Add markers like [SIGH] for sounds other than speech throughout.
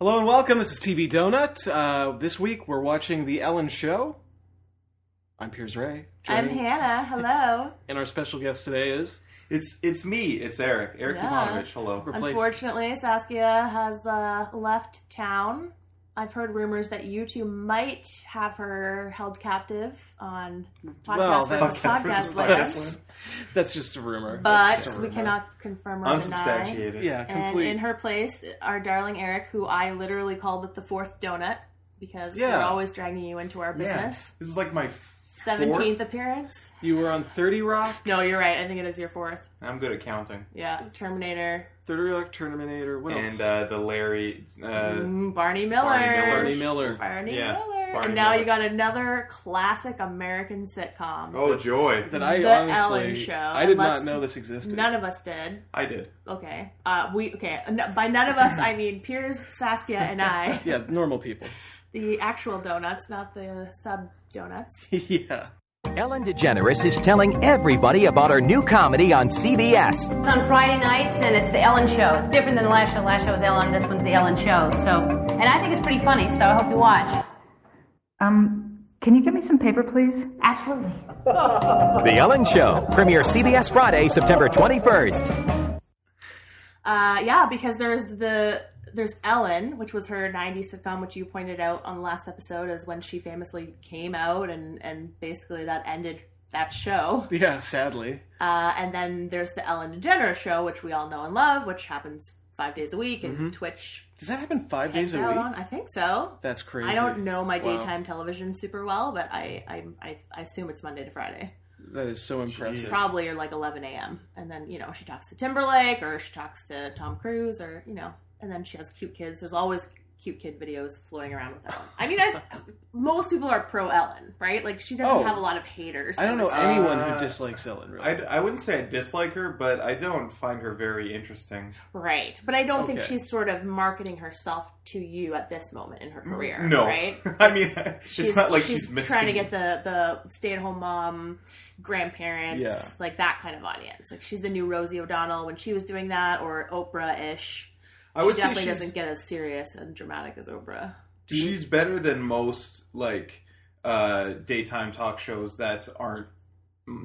Hello and welcome. This is TV Donut. Uh, this week we're watching The Ellen Show. I'm Piers Ray. I'm Joining- Hannah. Hello. And our special guest today is It's it's me. It's Eric. Eric Yeah. Ivanovich. Hello. replaced. Unfortunately, Saskia has uh, left town. I've heard rumors that you two might have her held captive on podcast Well, versus that's- podcast, Podcast versus land, podcast. That's just a rumor. That's but just a we rumor. cannot confirm or deny. Unsubstantiated. Yeah, And complete. in her place, our darling Eric, who I literally called it the fourth donut because Yeah. we're always dragging you into our Yeah. business. This is like my f- Seventeenth appearance? you were on Thirty Rock, No, you're right. I think it is your fourth. I'm good at counting. Yeah, Terminator. Thirty Rock Terminator. What else? And uh, the Larry. Uh, Mm, Barney Miller. Barney Barney Miller. Miller. Barney Yeah, Miller. Barney and now Miller. you got another classic American sitcom. oh joy! That I The honestly, Ellen Show. I did Let's- not know this existed. None of us did. I did. Okay. Uh, we okay. n- By none of us, I mean Piers, Saskia, and [LAUGHS] I. yeah, normal people. [LAUGHS] The actual donuts, not the sub [LAUGHS] donuts. yeah. Ellen DeGeneres is telling everybody about her new comedy on CBS. It's on Friday nights, and it's the Ellen Show. It's different than the last show. Last show was Ellen. This one's the Ellen Show. So, and I think it's pretty funny. So I hope you watch. Um, can you give me some paper, please? Absolutely. The Ellen Show, premiere CBS Friday, September 21st. Uh, yeah, because there's the there's Ellen, which was her '90s sitcom, which you pointed out on the last episode, is when she famously came out, and and basically that ended that show. Yeah, sadly. Uh, and then there's the Ellen DeGeneres show, which we all know and love, which happens five days a week, and Twitch Does that happen five Mm-hmm. days hangs a out week? on. I think so. That's crazy. I don't know my Wow. daytime television super well, but I, I I I assume it's Monday to Friday. That is so impressive. Probably or like 11 a.m. And then you know she talks to Timberlake or she talks to Tom Cruise or you know, and then she has cute kids. There's always cute kid videos floating around with Ellen. I mean, I [LAUGHS] most people are pro Ellen, right? Like she doesn't Oh. have a lot of haters. I don't know would say. anyone who Uh, dislikes Ellen. Really. I, I wouldn't say I dislike her, but I don't find her very interesting. Right. But I don't think Okay. she's sort of marketing herself to you at this moment in her career. No, Right? [LAUGHS] I mean [LAUGHS] it's not like she's, missing. trying to get the, the stay at home mom, grandparents, Yeah. like that kind of audience. Like she's the new Rosie O'Donnell when she was doing that or Oprah ish. I would She say definitely she's, doesn't get as serious and dramatic as Oprah. she's better than most like uh, daytime talk shows that aren't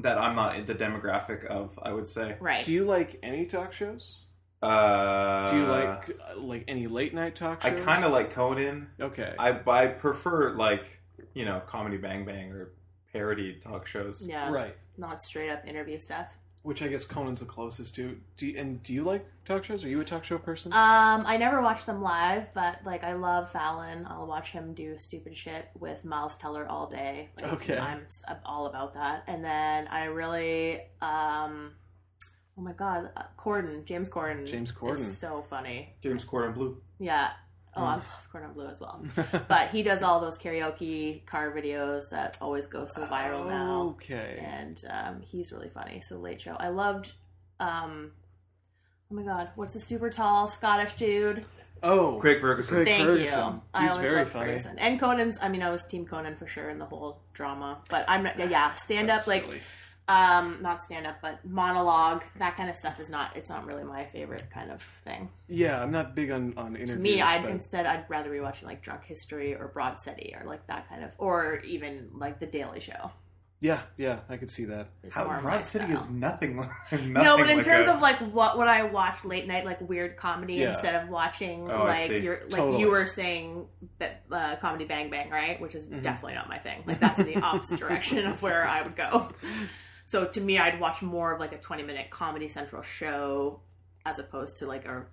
that I'm not in the demographic of. I would say. Right. Do you like any talk shows? Uh, Do you like uh, like any late night talk I shows? kind of like Conan. Okay. I I prefer like you know comedy Bang Bang or parody talk shows. yeah. right. Not straight up interview stuff. Which I guess Conan's the closest to. Do you, and do you like talk shows? Are you a talk show person? Um, I never watch them live, but like I love Fallon. I'll watch him do stupid shit with Miles Teller all day. Like, Okay. I'm, s am all about that. And then I really, um, oh my god, uh, Corden, James Corden, James Corden. Mm. is so funny. James Corden Blue. Yeah. Oh, I love [LAUGHS] Corden Blue as well. but he does all those karaoke car videos that always go so viral now Oh, Okay. and um, he's really funny. So Late Show. I loved. Um, oh my God, what's a super tall Scottish dude? Oh, Craig Ferguson. Craig Thank Ferguson. you. I He's always very loved funny. Ferguson. And Conan's. I mean, I was Team Conan for sure in the whole drama. But I'm not. Yeah, stand up like Silly. um, not stand up, but monologue. That kind of stuff is not. It's not really my favorite kind of thing. Yeah, I'm not big on on interviews. To me, I'd but- instead I'd rather be watching like Drunk History or Broad City or like that kind of, or even like The Daily Show. yeah, yeah, I could see that. is How more my Uh, Broad City style. is nothing. [LAUGHS] like- nothing no, but in like terms a- of like what would I watch late night, like weird comedy Yeah. instead of watching Oh, I like see. your like Totally. you were saying that, uh, comedy Bang Bang, right? Which is Mm-hmm. definitely not my thing. Like that's the opposite direction of where I would [LAUGHS] go. So to me, I'd watch more of like a twenty minute Comedy Central show as opposed to like a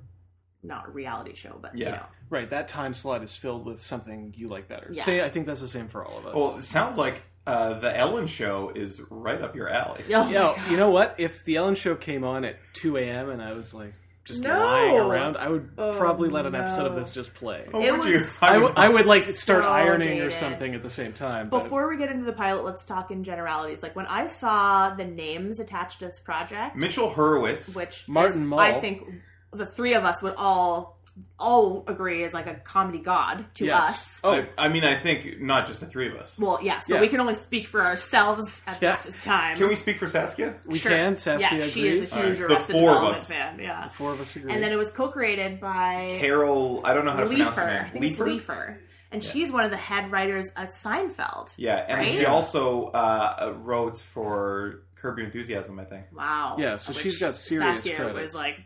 not a reality show, but you Yeah. know, [LAUGHS] Right, that time slot is filled with something you like better. Yeah. Say, I think that's the same for all of us. well, it sounds like uh, the Ellen Show is right up your alley. Oh Yo, my you know what? If the Ellen Show came on at 2 a.m. and I was like just No. lying around, I would Oh, probably let an episode of no. this just play. Oh, It would was- you? I would- I would like so start ironing or dated. something at the same time. But Before we get into the pilot, let's talk in generalities. Like when I saw the names attached to this project, Mitchell Hurwitz. which Martin is- Mull. I think the three of us would all all agree is like a comedy god to Yes. us. Oh. I, I mean, I think not just the three of us. Well, yes, but Yeah. we can only speak for ourselves at Yeah. this time. Can we speak for Saskia? We Sure. can. Saskia yeah, agrees. she is a All right, huge so the Arrested four of Development us. fan. Yeah, Four of us agree. and then it was co-created by Carol, I don't know how to pronounce her Leifer. I name. think it's Leifer, and she's one of the head writers at Seinfeld. Yeah, and Right? she also uh, wrote for Curb Your Enthusiasm, [LAUGHS] I think. Wow. Yeah, so Which she's got serious Saskia credits. was like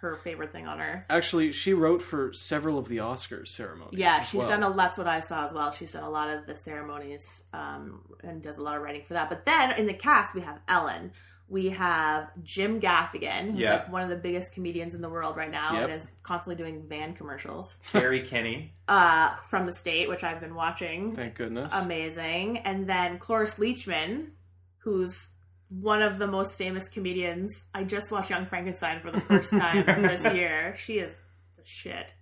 her favorite thing on earth. Actually, she wrote for several of the Oscars ceremonies. Yeah, as she's well. done a That's what I saw as well. She's done a lot of the ceremonies um, and does a lot of writing for that. But then in the cast, we have Ellen. We have Jim Gaffigan, who's Yeah. like one of the biggest comedians in the world right now Yep. and is constantly doing van commercials Carrie Kenny. uh, from the state, which I've been watching. Thank goodness. Amazing. And then Cloris Leachman, who's one of the most famous comedians. I just watched Young Frankenstein for the [LAUGHS] first time this year. She is the shit.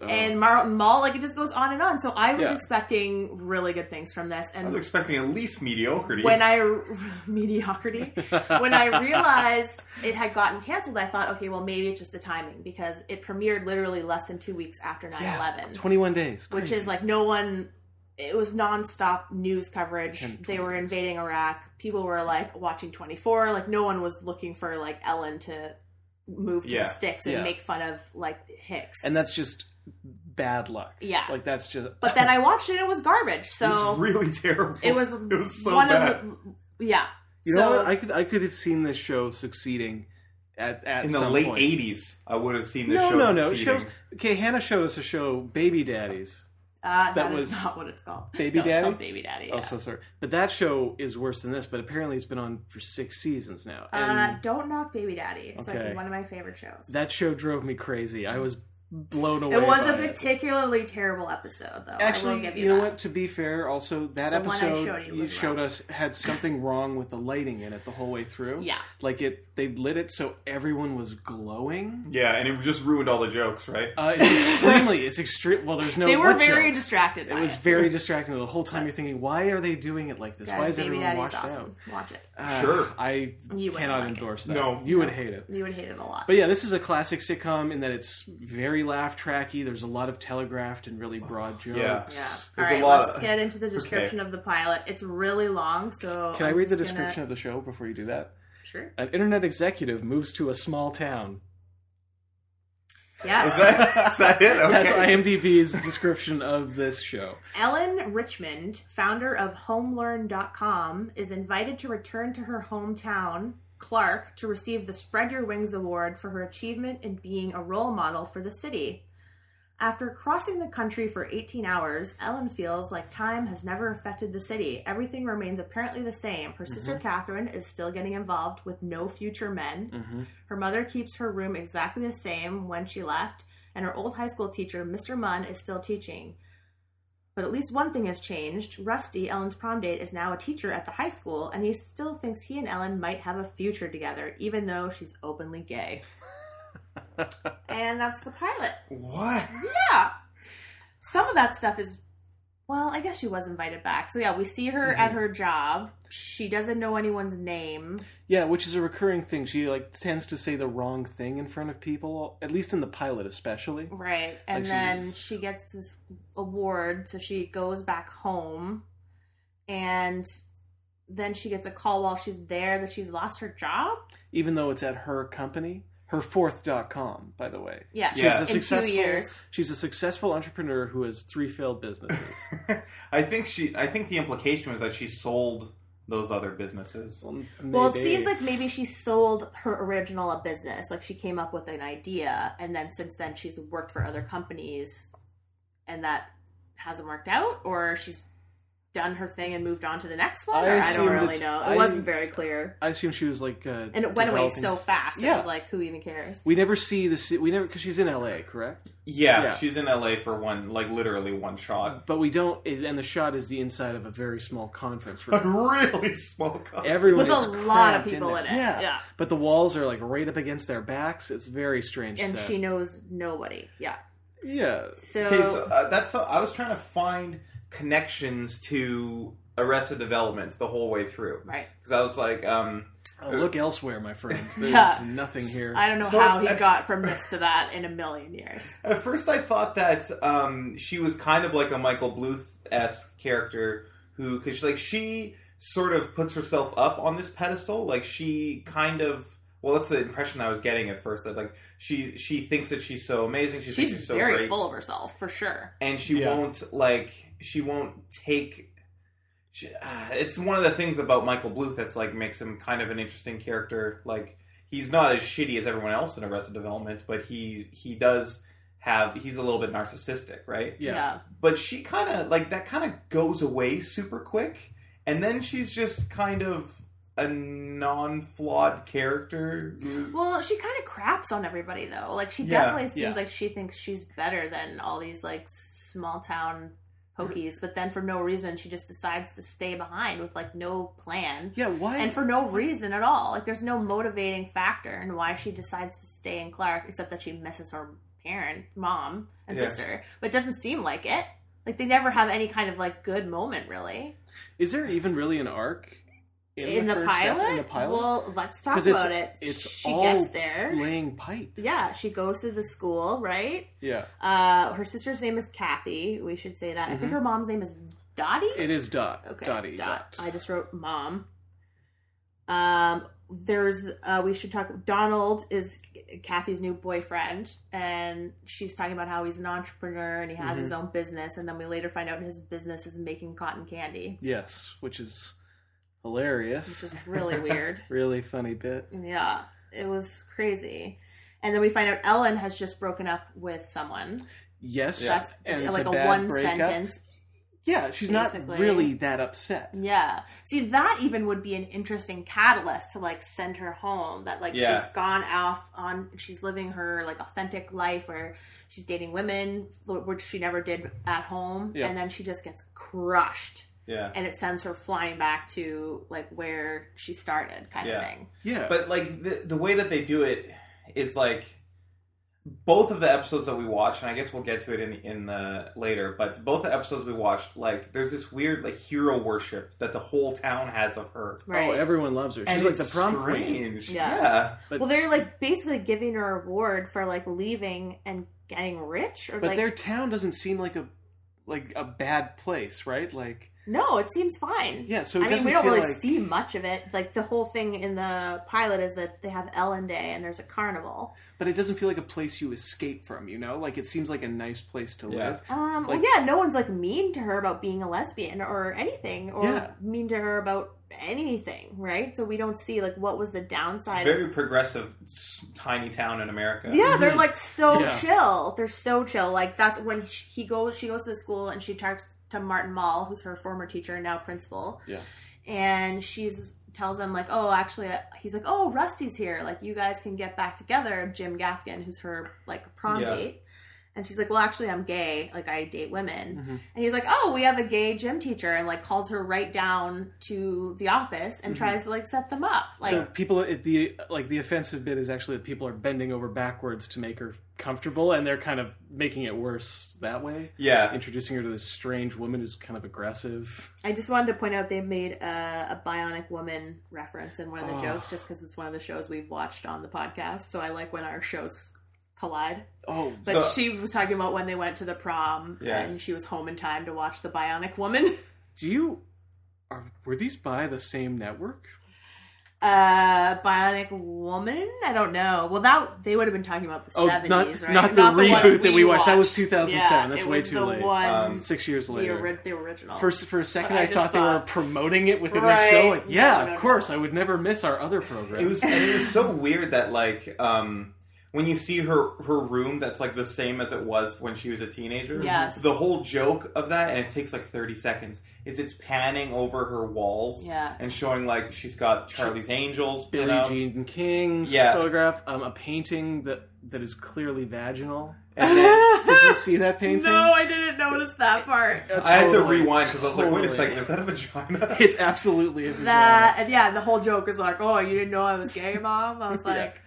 Um, And Mar- Mall, like it just goes on and on. So I was Yeah. expecting really good things from this. I was And expecting at least mediocrity. when I [LAUGHS] mediocrity, when I realized it had gotten canceled, I thought, okay, well maybe it's just the timing because it premiered literally less than two weeks after 9-11 Twenty-one days, which Crazy. is like no one it was nonstop news coverage they were invading iraq people were like watching 24 like no one was looking for like ellen to move to Yeah. the sticks and Yeah. make fun of like hicks and that's just bad luck. Yeah. like that's just. but then i watched it and it was garbage it was so really [LAUGHS] terrible. it [LAUGHS] was, It was so one bad. of the yeah you so know, what? I could I could have seen this show succeeding at at In the some late point. 80s, I would have seen this No, show no, no. succeeding. Shows. Okay, Hannah showed us a show, Baby Daddies. uh, that that is was not what it's called Baby No, it's Daddy? called baby daddy yeah. Oh, so sorry. But that show is worse than this. But apparently, it's been on for six seasons now, and uh, don't knock baby daddy it's Okay. like one of my favorite shows that show drove me crazy. I was blown away. it was by a particularly terrible episode though I will Actually, give you, you, know that. what? To be fair, also that The one I episode showed you you was showed wrong. us had something wrong with the lighting in it the whole way through. Yeah. like it they lit it so everyone was [LAUGHS] glowing. Yeah, and it just ruined all the jokes, right? Uh, it's extremely, it's extreme. Well, there's no. they were what very jokes. distracted. By It was very distracting. The whole time you're thinking, why are they doing it like this? Guys, why is Baby everyone Daddy's washed awesome. out? Watch it. Uh, Sure. I You wouldn't cannot like it. endorse that. No. you would hate it. You would hate it a lot. But yeah, this is a classic sitcom in that it's very laugh tracky. There's a lot of telegraphed and really broad jokes. Yeah. yeah. All There's a right, lot let's of- get into the description of the pilot. It's really long, so Can i I'm read the just gonna- description of the show before you do that? Sure. An internet executive moves to a small town. Yes. [LAUGHS] Is that, is that it? Okay. That's IMDb's description of this show. Ellen Richmond, founder of HomeLearn.com, is invited to return to her hometown, Clark, to receive the Spread Your Wings Award for her achievement in being a role model for the city. After crossing the country for 18 hours, Ellen feels like time has never affected the city. Everything remains apparently the same. Her sister Catherine is still getting involved with no future men. Mm-hmm. Her mother keeps her room exactly the same when she left, and her old high school teacher, Mr. Munn, is still teaching. But at least one thing has changed. Rusty, Ellen's prom date, is now a teacher at the high school, and he still thinks he and Ellen might have a future together, even though she's openly gay. and that's the pilot. What? Yeah. Some of that stuff is, well, I guess she was invited back. So yeah, we see her at her job. She doesn't know anyone's name. Yeah, which is a recurring thing. She like tends to say the wrong thing in front of people, at least in the pilot especially. Right. Like And she then is- she gets this award, so she goes back home and then she gets a call while she's there that she's lost her job. Even though it's at her company, her fourth dot com, by the way. Yes. She's Yeah. a In two successful, years. She's a successful entrepreneur who has three failed businesses. [LAUGHS] I think she. I think the implication was that she sold those other businesses. Well, it Maybe. seems like maybe she sold her original business. Like she came up with an idea, and then since then she's worked for other companies, and that hasn't worked out, or she's done her thing and moved on to the next one. I or I don't assume really that- know. It I- wasn't very clear, I assume she was like, uh, and it went away developing- so fast. It Yeah. was like, who even cares? we never see the ci- we never because she's in L.A. correct, Yeah, Yeah. she's in LA for one, like literally one shot. but we don't. And the shot is the inside of a very small conference [LAUGHS] A room. [LAUGHS] really small cup. Everyone With a is lot of crammed people there. in it. Yeah. Yeah. but the walls are like right up against their backs. It's very strange. and set. she knows nobody. Yeah. yeah, So, okay, so uh, that's so- I was trying to find connections to Arrested Development the whole way through, Right. Because I was like, um, Oh, look elsewhere, my friends. There's Yeah. nothing here. I don't know So how he I- got from this to that in a million years. At first, I thought that um, she was kind of like a Michael Bluth esque character who, because like she sort of puts herself up on this pedestal. Like she kind of, well, that's the impression I was getting at first. That like she she thinks that she's so amazing. She thinks She's she's so very great, full of herself, for sure. and she Yeah. won't like she won't take. She, uh, it's one of the things about Michael Bluth that's like makes him kind of an interesting character. Like he's not as shitty as everyone else in Arrested Development, but he he does have he's a little bit narcissistic, right? yeah. But she kind of like that kind of goes away super quick, and then she's just kind of a non-flawed character. who- Well, she kind of craps on everybody though. Like she Yeah, definitely seems yeah. like she thinks she's better than all these like small town hokies, but then for no reason she just decides to stay behind with like no plan. Yeah, why? And for no reason at all. Like there's no motivating factor in why she decides to stay in Clark except that she misses her parent, mom, and Yeah. sister. But it doesn't seem like it. Like they never have any kind of like good moment really. Is there even really an arc In, the, the, first ep- pilot? In the pilot, Well, let's talk 'Cause it's- about it. it's she all gets there. laying pipe. Yeah, she goes to the school, right? Yeah, Uh, her sister's name is Kathy. We should say that. I think her mom's name is Dottie. Mm-hmm. it is dot. Dottie. Dot. Dot. I just wrote mom. Um, there's uh, we should talk. Donald is Kathy's new boyfriend, and she's talking about how he's an entrepreneur and he has his Mm-hmm. own business. And then we later find out his business is making cotton candy, Yes, which is hilarious. which is [LAUGHS] really weird. really funny bit. Yeah, it was crazy. And then we find out Ellen has just broken up with someone. Yes, That's and it's like a, bad one breakup. sentence. Yeah, she's basically. not really that upset. Yeah. See, that even would be an interesting catalyst to like send her home. That like Yeah. she's gone off on, she's living her like authentic life where she's dating women, which she never did at home. Yeah. And then she just gets crushed. Yeah. And it sends her flying back to like where she started, kind of Yeah. thing. Yeah, Oh, But like the the way that they do it is like both of the episodes that we watched, and I guess we'll get to it in in the later. But both the episodes we watched, like there's this weird like hero worship that the whole town has of her. Right. oh, everyone loves her. She's And like it's the prom queen. strange. Yeah. yeah. But- well, they're like basically giving her a reward for like leaving and getting rich, or But like their town doesn't seem like a like a bad place, right? Like no, it seems fine. Yeah, so it I mean, we doesn't don't feel really like- see much of it. Like the whole thing in the pilot is that they have Ellen Day and there's a carnival. but it doesn't feel like a place you escape from, you know? Like it seems like a nice place to Yeah. live. Um, well, Like- yeah, no one's like mean to her about being a lesbian or anything, or Yeah. mean to her about anything, right? So we don't see like what was the downside. of- Very progressive s- tiny town in America. Yeah, they're like so Yeah. chill. They're so chill. Like that's when sh- he goes. She goes to the school and she talks to Martin Mall, who's her former teacher and now principal. Yeah. And she's tells him like, oh, actually, uh," he's like, oh, Rusty's here. Like you guys can get back together. Jim Gaffigan, who's her like prom Yeah. date. And she's like, well, actually, I'm gay. Like, I date women. And he's like, oh, we have a gay gym teacher, and like calls her right down to the office and tries to like set them up. Like, so people it, the like the offensive bit is actually that people are bending over backwards to make her comfortable and they're kind of making it worse that way. Yeah. Introducing her to this strange woman who's kind of aggressive. I just wanted to point out they made a, a Bionic Woman reference in one Oh. of the jokes just because it's one of the shows we've watched on the podcast. So I like when our shows collide. Oh, But So- she was talking about when they went to the prom Yeah. and she was home in time to watch the Bionic Woman. [LAUGHS] do you are, were these by the same network? Uh, Bionic Woman? I don't know. Well, that they would have been talking about the Oh, 70s, not- right? not the one reboot that we watched. That was 2007. Yeah, That's it way was too the late. One, Um, Six years the, later. ori- the original. [LAUGHS] First, for a second, But I I, just thought they thought- were promoting it within Right. their show. Like, No, yeah, no, no. of course, I would never miss our other program. It was and it was so weird that like um when you see her her room that's like the same as it was when she was a teenager. Yes. The whole joke of that and it takes like 30 seconds is it's panning over her walls Yeah. and showing like she's got Charlie's Angels, Billie you know, Jean King's Yeah. photograph, um, a painting that that is clearly vaginal. And [LAUGHS] then, did you see [LAUGHS] that painting? no, I didn't notice that part. I had to Totally. rewind because I was like, wait a Totally. second, is that a vagina? [LAUGHS] It's absolutely a that vagina. and yeah, and the whole joke is like, oh, you didn't know I was gay, mom. I was [LAUGHS] Yeah. like,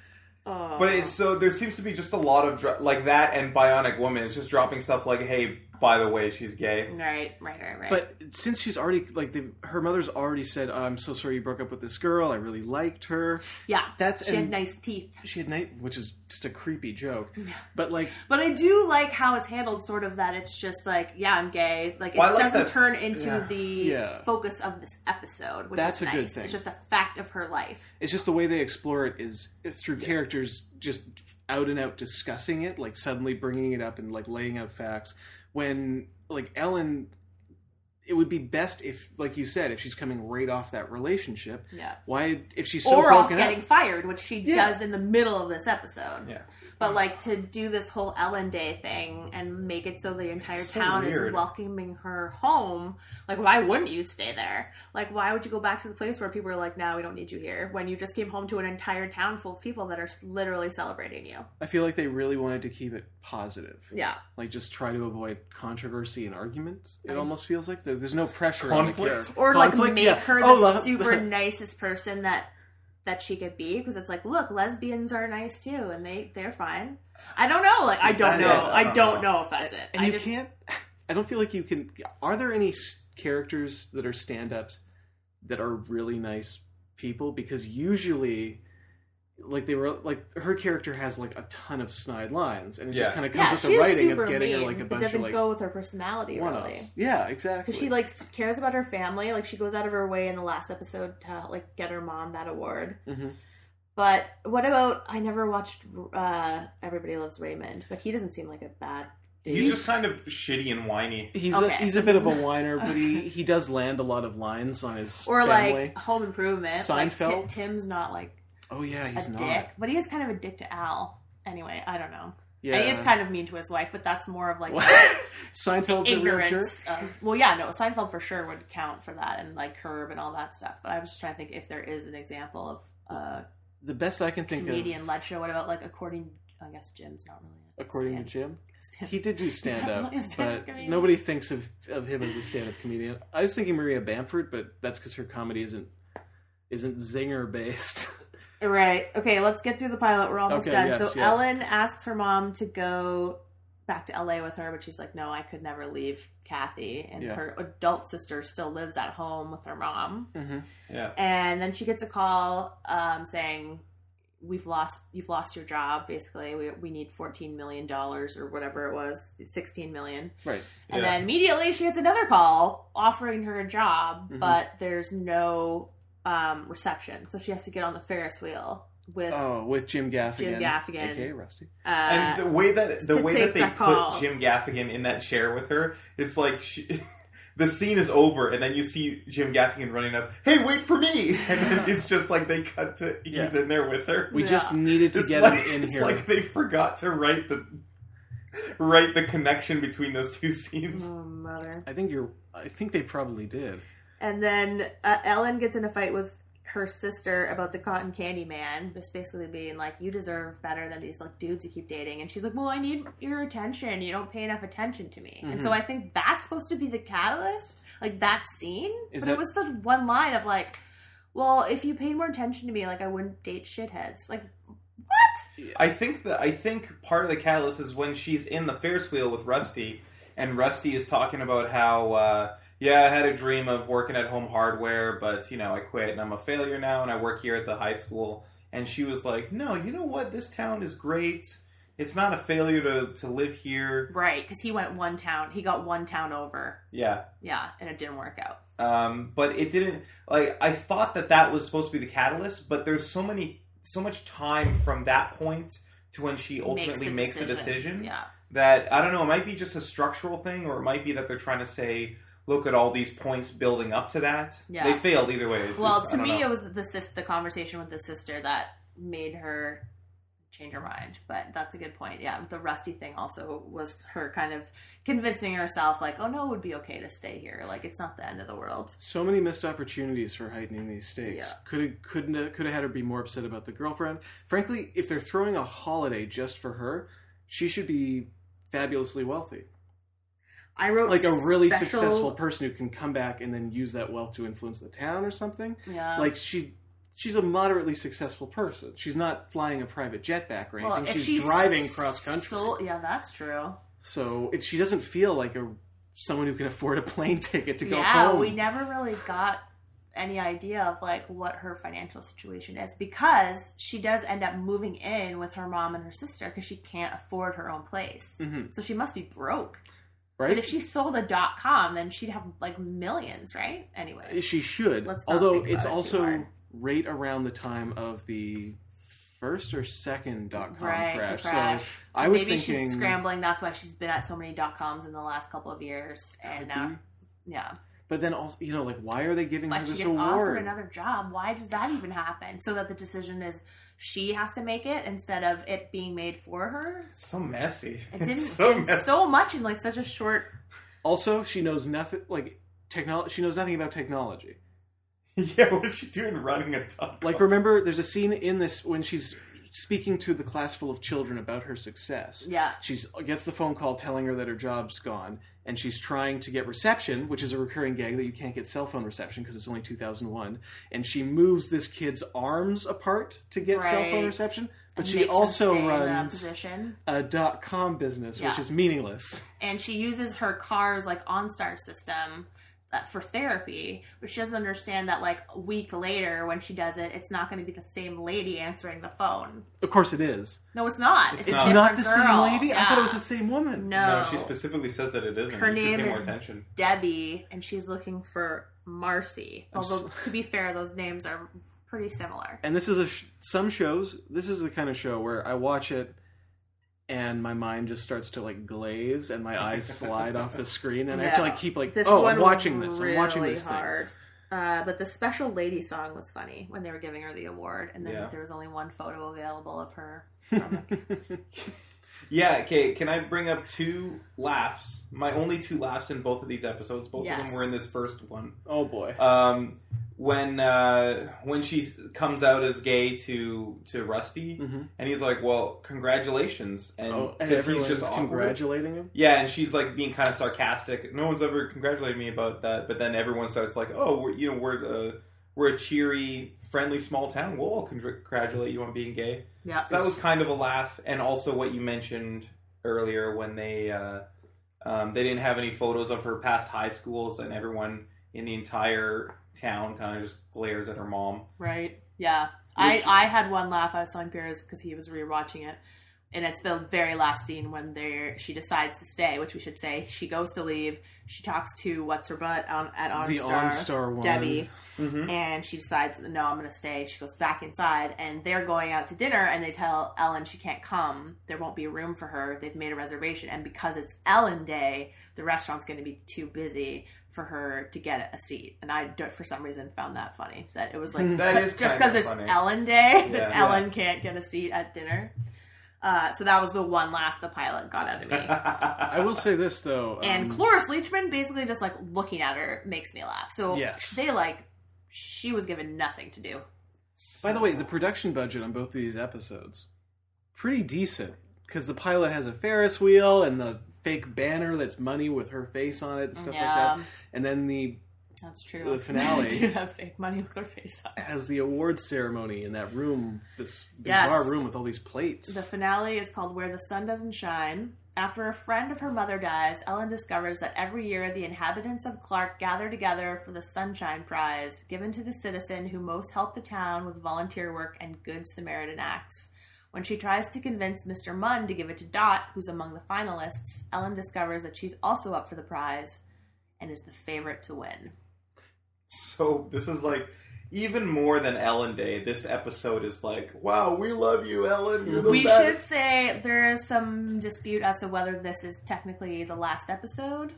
oh, But it's so there seems to be just a lot of dro- like that and Bionic Woman. It's just dropping stuff like, "Hey, by the way she's gay. Right, right, right, right. But since she's already like the, her mother's already said, oh, "I'm so sorry you broke up with this girl. I really liked her." yeah, that's- she had and- nice teeth. She had night, which is just a creepy joke. But like, But I do like how it's handled, sort of that it's just like, yeah, I'm gay. Like it Well, I like doesn't that- turn into yeah. the Yeah. focus of this episode, which That's is a nice. good thing. It's just a fact of her life. it's just the way they explore it is through characters just out and out discussing it, like suddenly bringing it up and like laying out facts. When like Ellen, it would be best if, like you said, if she's coming right off that relationship. Yeah. Why, if she's so or off broken getting up? fired, which she Yeah. does in the middle of this episode. Yeah. But like to do this whole Ellen Day thing and make it so the entire so town weird. is welcoming her home. Like, why wouldn't you stay there? Like, why would you go back to the place where people are like, "No, we don't need you here"? When you just came home to an entire town full of people that are literally celebrating you. I feel like they really wanted to keep it positive. Yeah. like just try to avoid controversy and argument. It almost feels like there, there's no pressure on the Conflict. character. or like Conflict, make yeah. her the Oh, [LAUGHS] lo- super nicest person that that she could be because it's like look lesbians are nice too and they they're fine i don't know like i Is don't that know it? i Uh, don't know if that's it and i you just can't. I don't feel like you can. Are there any s- characters that are stand-ups that are really nice people? Because usually, like they were, like her character has like a ton of snide lines, and it Yeah. just kind of comes yeah with she's the writing super of getting mean her like a but bunch of doesn't like go with her personality one-offs. really Yeah, exactly. because she like cares about her family like she goes out of her way in the last episode to like get her mom that award Mhm. but what about i never watched uh everybody loves raymond but he doesn't seem like a bad He's, He's- just kind of shitty and whiny. He's a, Okay, he's so a bit [LAUGHS] he's of a not- whiner, but he, he does land a lot of lines on his or family. like home improvement like Seinfeld? Ti- tim's not like oh yeah, he's a not. dick, but he is kind of a dick to Al. Anyway, I don't know. Yeah, [LAUGHS] And he is kind of mean to his wife, but that's more of like [LAUGHS] Seinfeld's a real jerk. ignorance. Of, well, yeah, no, Seinfeld for sure would count for that, and like Curb and all that stuff. But I was just trying to think if there is an example of a The best I can think comedian led show. What about like according? I guess Jim's not really. of, according to Jim, he did do stand up, not a stand-up but comedian. nobody thinks of, of him as a stand up comedian. I was thinking Maria Bamford, but that's because her comedy isn't isn't zinger based. [LAUGHS] Jim. Right. Okay. Let's get through the pilot. We're almost Okay, done. yes, so yes. Ellen asks her mom to go back to LA with her, but she's like, "No, I could never leave Kathy." And Yeah. her adult sister still lives at home with her mom. Yeah. and then she gets a call um, saying we've lost you've lost your job basically we, we need 14 million dollars or whatever it was 16 million right. and Yeah. then immediately she gets another call offering her a job Mhm. but there's no um, reception so she has to get on the ferris wheel with Oh, with Jim Gaffigan. Jim Gaffigan. aka Rusty. uh, And the way that the to way take that they the call. put Jim Gaffigan in that chair with her, it's like she, [LAUGHS] the scene is over, and then you see Jim Gaffigan running up, "Hey, wait for me!" [LAUGHS] And then [LAUGHS] it's just like they cut to he's Yeah. in there with her. We Yeah. just needed to it's get like, him in it's here. like they forgot to write the write the connection between those two scenes. oh, mother I think you're. I think they probably did. and then uh, ellen gets in a fight with her sister about the cotton candy man just basically being like you deserve better than these like dudes you keep dating and she's like well i need your attention you don't pay enough attention to me and Mm-hmm. so i think that's supposed to be the catalyst like that scene Is but that- it was such one line of like well if you paid more attention to me like i wouldn't date shitheads like what I think that I think part of the catalyst is when she's in the Ferris wheel with Rusty, and Rusty is talking about how uh, yeah, I had a dream of working at Home Hardware, but you know I quit and I'm a failure now, and I work here at the high school. And she was like, no, you know what? This town is great. It's not a failure to to live here. right because he went one town he got one town over Yeah. yeah and it didn't work out um, but it didn't like i thought that that was supposed to be the catalyst but there's so many so much time from that point to when she ultimately makes, the decision, yeah that i don't know it might be just a structural thing or it might be that they're trying to say look at all these points building up to that Yeah. they failed either way It's- Well, I to don't me, know. it was the sis- the conversation with the sister that made her change her mind. But that's a good point. Yeah, the rusty thing also was her kind of convincing herself, like, "Oh no, it would be okay to stay here. Like, it's not the end of the world." So many missed opportunities for heightening these stakes. Yeah. Could have couldn't have, could have had her be more upset about the girlfriend. Frankly, if they're throwing a holiday just for her, she should be fabulously wealthy, I wrote like a really special- successful person who can come back and then use that wealth to influence the town or something. Yeah. Like she. She's a moderately successful person. She's not flying a private jet back or anything. Well, if she's driving cross country. sold- yeah, that's true. So it, she doesn't feel like a someone who can afford a [LAUGHS] plane ticket to go yeah, home. we never really got any idea of like what her financial situation is because she does end up moving in with her mom and her sister because she can't afford her own place. Mm-hmm. So she must be broke. right? But if she sold a dot com, then she'd have like millions, right? Anyway, She should. Let's not Although think about it's it too also hard. right around the time of the first or second dot com right? crash. The crash. So, So I was maybe thinking she's scrambling. That's why she's been at so many dot coms in the last couple of years, and Could now, be. yeah, But then also, you know, like why are they giving But her she this gets award? offered another job. Why does that even happen? So that the decision is she has to make it instead of it being made for her. It's so messy. [LAUGHS] It It's didn't. so it's messy. so much in like such a short. Also, she knows nothing like technology. She knows nothing about technology. [LAUGHS] yeah, what is she doing running a dog? Like remember, there's a scene in this when she's speaking to the class full of children about her success. Yeah. she's gets the phone call telling her that her job's gone, and she's trying to get reception, which is a recurring gag that you can't get cell phone reception because it's only 2001. And she moves this kid's arms apart to get cell phone Right. reception, but and she makes them stay also in that runs position. a dot com business, which Yeah. is meaningless. and she uses her car's like OnStar system uh, for therapy, but she doesn't understand that like a week later when she does it, it's not going to be the same lady answering the phone. Of course, it is. No, it's not. It's, It's a It's No. not different the girl. same lady. I thought it was the Yeah. same woman. No, no, she specifically says that it isn't. Her You should name pay more is- attention. Debbie, and she's looking for Marcy. I'm Although so- to be fair, those names are pretty similar. And this is a sh- some shows. This is the kind of show where I watch it, and my mind just starts to like glaze, and my [LAUGHS] eyes slide off the screen, and I have to Yeah. like keep like, This oh, one I'm watching was this. I'm watching really this [LAUGHS] hard. Uh, but the special lady song was funny when they were giving her the award, and then Yeah. there was only one photo available of her. Yeah, okay. Can I bring up two laughs? My only two laughs in both of these episodes. Both of Yes. them were in this first one. thing. Oh boy. Um, when uh, when she comes out as gay to to Rusty, and he's like, "Well, congratulations," and Mm-hmm. oh, and because everyone's he's just awkward. congratulating him. Yeah, and she's like being kind of sarcastic. No one's ever congratulated me about that, but then everyone starts like, "Oh, we're you know we're uh, we're a cheery, friendly small town. We'll all congr- congratulate you on being gay." Yeah, So that was kind of a laugh, and also what you mentioned earlier when they uh, um, they didn't have any photos of her past high schools, and everyone in the entire town kind of just glares at her mom. Right. Yeah. I, I had one laugh. I was telling Piers because he was rewatching it, and it's the very last scene when they she decides to stay, which we should say she goes to leave. She talks to what's her butt on at OnStar, The OnStar woman. Debbie, Mhm. and she decides no, I'm going to stay. She goes back inside, and they're going out to dinner, and they tell Ellen she can't come. There won't be room for her. They've made a reservation, and because it's Ellen Day, the restaurant's going to be too busy. For her to get a seat, and I don't- for some reason found that funny that it was like [LAUGHS] That [LAUGHS] is just kinda because it's funny. Ellen Day [LAUGHS] that Yeah. Ellen can't get a seat at dinner. Uh, so that was the one laugh the pilot got out of [LAUGHS] me. I will say this though. and um, Cloris Leachman basically just like looking at her makes me laugh. So Yes. they like she was given nothing to do. by the way, the production budget on both these episodes pretty decent because the pilot has a Ferris wheel and the fake banner that's money with her face on it and stuff Yeah. like that, and then the That's true. The finale. They [LAUGHS] do have fake money with their face on. has the awards ceremony in that room, this Yes. bizarre room with all these plates. The finale is called Where the Sun Doesn't Shine. After a friend of her mother dies, Ellen discovers that every year the inhabitants of Clark gather together for the Sunshine Prize, given to the citizen who most helped the town with volunteer work and good Samaritan acts. When she tries to convince Mr. Munn to give it to Dot, who's among the finalists, Ellen discovers that she's also up for the prize and is the favorite to win. So this is like even more than Ellen Day. This episode is like, wow, we love you, Ellen. You're the we should best. say there is some dispute as to whether this is technically the last episode.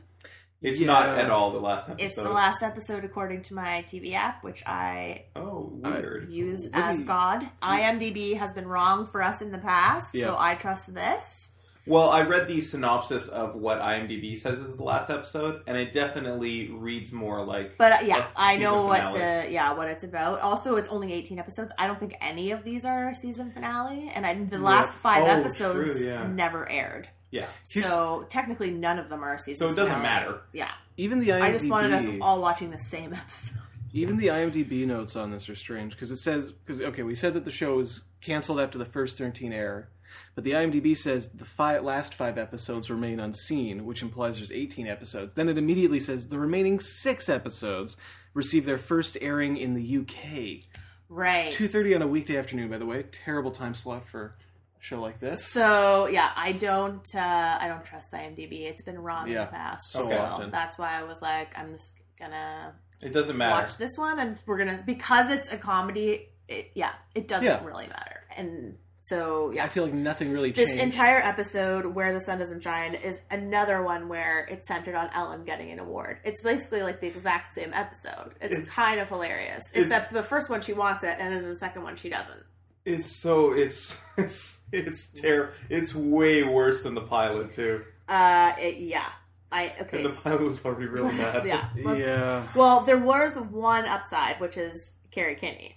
It's Yeah. not at all the last episode. It's the last episode according to my TV app, which I Oh, weird. use What do as you- God. IMDb has been wrong for us in the past, Yeah. so I trust this. Well, I read the synopsis of what IMDb says is the last episode, and it definitely reads more like. But uh, yeah, a I season know what finale. the yeah what it's about. Also, it's only eighteen episodes. I don't think any of these are a season finale, and I, the last five Oh, episodes true, yeah. never aired. Yeah. So technically, none of them are a season. So it doesn't finale. matter. Yeah, even the IMDb, I just wanted us all watching the same episode. even the IMDb notes on this are strange because it says because okay, we said that the show was canceled after the first thirteen air, But the IMDb says the fi last five episodes remain unseen, which implies there's 18 episodes. Then it immediately says the remaining six episodes receive their first airing in the UK. Right. 2.30 on a weekday afternoon, by the way. Terrible time slot for a show like this. So yeah, I don't uh, I don't trust IMDb. It's been wrong in Yeah, the past. so often. that's why I was like, I'm just gonna It doesn't matter. watch this one, and we're gonna because it's a comedy. It, yeah, it doesn't Yeah. really matter. And so yeah, I feel like nothing really this changed. entire episode where the sun doesn't shine is another one where it's centered on Ellen getting an award. It's basically like the exact same episode. It's, It's- kind of hilarious, it's- except the first one she wants it, and then the second one she doesn't. It's so it's [LAUGHS] it's it's terrible. It's way worse than the pilot too. Uh, it, yeah, I okay. And the pilot was already [LAUGHS] really [LAUGHS] bad. yeah, let's- yeah. Well, there was one upside, which is Carrie Kinney.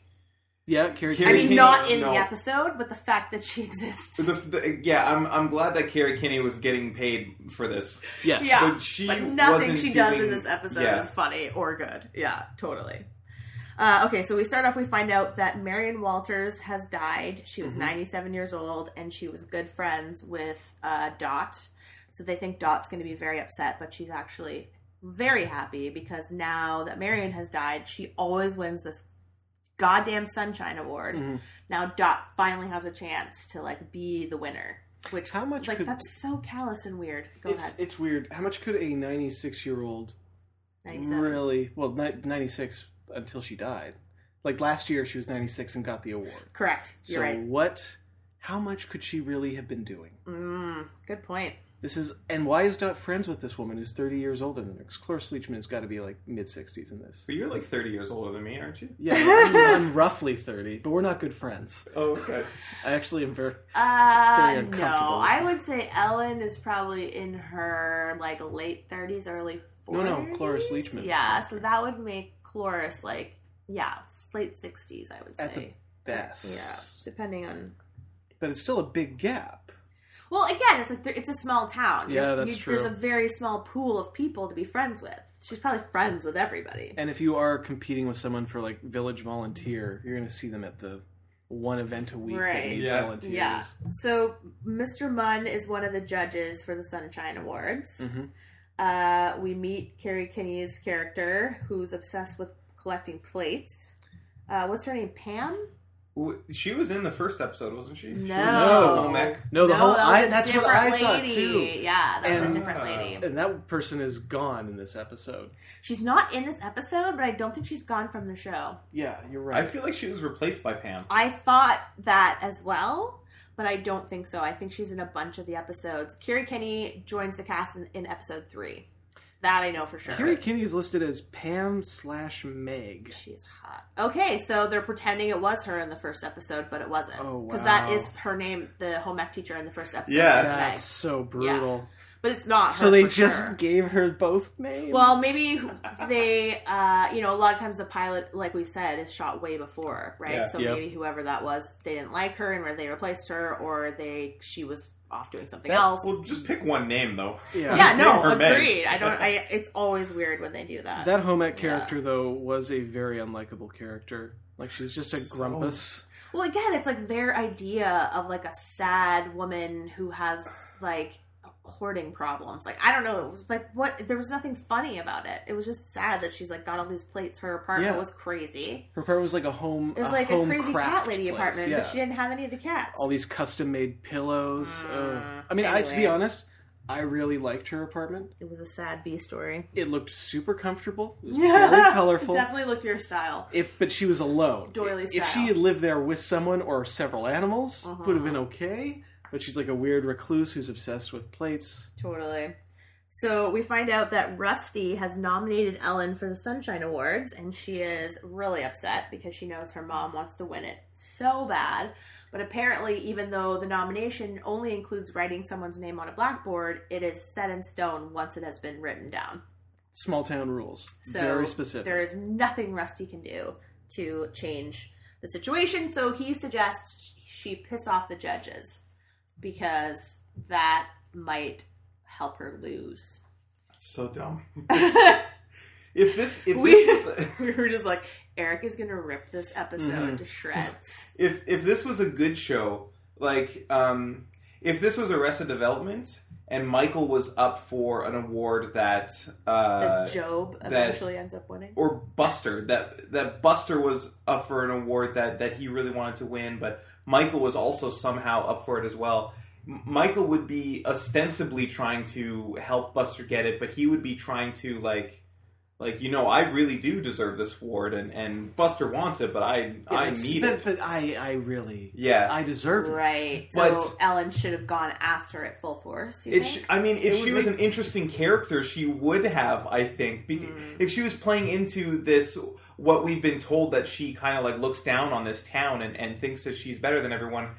Yeah, Carrie Carrie I Kinney. mean, not in no. the episode, but the fact that she [LAUGHS] exists. The, the, yeah, I'm I'm glad that Carrie Kinney was getting paid for this. Yes. Yeah, But she but nothing wasn't she does in doing- this episode yeah. is funny or good. Yeah, totally. Uh, okay, so we start off. We find out that Marion Walters has died. She Mm-hmm. was 97 years old, and she was good friends with uh, Dot. So they think Dot's going to be very upset, but she's actually very happy because now that Marion has died, she always wins this goddamn Sunshine Award. Mm-hmm. Now Dot finally has a chance to like be the winner. Which How much like could- that's so callous and weird. Go It's, ahead. it's weird. How much could a 96 year old 97. really. Well, ni- 96 until she died. Like last year, she was 96 and got the award. Correct. You're so right. what. How much could she really have been doing? Mm, good point. This is and why is Dot friends with this woman who's thirty years older than her? 'Cause Clara Leachman has got to be like mid sixties in this. But you're like 30 years older than me, aren't you? Yeah, I'm, [LAUGHS] I'm roughly thirty, but we're not good friends. Oh, okay. I actually am very Uh, Very no, uncomfortable. I would say Ellen is probably in her like late 30s, early 40s. No, no, Cloris Leachman. Yeah, so that would make Cloris like yeah, s- late 60s. I would At the say. best. yeah, depending on. but it's still a big gap. Well, again, it's like th- it's a small town. Yeah, that's true. There's a very small pool of people to be friends with. She's probably friends with everybody. And if you are competing with someone for like village volunteer, you're going to see them at the one event a week that Right. needs Yeah. volunteers. Yeah. So Mr. Munn is one of the judges for the Sunshine Awards. Mhm. Uh, we meet Carrie Kinney's character, who's obsessed with collecting plates. Uh, what's her name? Pam? W- She was in the first episode, wasn't she? She was No. Noah Womack. No, the whole that was I, a that's what different I thought lady. too. Yeah, that's And- uh, a different lady. And that person is gone in this episode. She's not in this episode, but I don't think she's gone from the show. Yeah, you're right. I feel like she was replaced by Pam. I thought that as well, but I don't think so. I think she's in a bunch of the episodes. Carrie Kinney joins the cast in, in episode three. That I know for sure. Carrie Kinney is listed as Pam slash Meg. She's hot. Okay, so they're pretending it was her in the first episode, but it wasn't. Oh, wow. Because that is her name, the home ec teacher in the first episode. Yeah. is Meg. That's so brutal. But it's not. Her So they for just sure. gave her both names. Well, maybe they, uh, you know, a lot of times the pilot, like we've said, is shot way before, right? Yeah. So Yep. maybe whoever that was, they didn't like her, and where they replaced her, or they she was off doing something That- else. Well, just pick one name though. yeah. yeah, Him no, or Meg. agreed. I don't. I. It's always weird when they do that. That home ec character though was a very unlikable character. Like she's just a grumpus. Well, again, it's like their idea of like a sad woman who has like hoarding problems. Like I don't know, it was like what there was nothing funny about it. It was just sad that she's like got all these plates. Her apartment Yeah. was crazy. Her apartment was like a home. It was like a home crazy craft cat lady place, apartment, Yeah. but she didn't have any of the cats. All these custom made pillows. Ugh. I mean, I to be Mm, anyway. honest, I really liked her apartment. it was a sad B story. It looked super comfortable. [LAUGHS] It was very colorful. Definitely looked your style. If but she was alone. Doily If style. Uh-huh. she had lived there with someone or several animals, would have been okay. But she's like a weird recluse who's obsessed with plates. Totally. So we find out that Rusty has nominated Ellen for the Sunshine Awards, and she is really upset because she knows her mom wants to win it so bad. But apparently, even though the nomination only includes writing someone's name on a blackboard, it is set in stone once it has been written down. Small town rules. So very specific. There is nothing Rusty can do to change the situation. So he suggests she piss off the judges because that might help her lose. [LAUGHS] So dumb. if this if We- this [LAUGHS] was we were just Mm-hmm. [LAUGHS] like, Eric is gonna rip this episode to shreds. if if this was a good show, like um, if this was Arrested Development and Michael was up for an award that uh, that Job that- eventually ends up winning. or Buster that that Buster was up for an award that that he really wanted to win, but Michael was also somehow up for it as well. M- Michael would be ostensibly trying to help Buster get it, but he would be trying to like like you know I really do deserve this award, and and Buster wants it, but I I It's- need that's it. the- I I really Yeah. I deserve it. Right. So But- Ellen should have gone after it full force. You It think? sh- I mean, if It she would was make- an interesting character, she would have, I think. Be- If she was playing into this, what we've been told that she kind of like looks down on this town and, and thinks that she's better than everyone,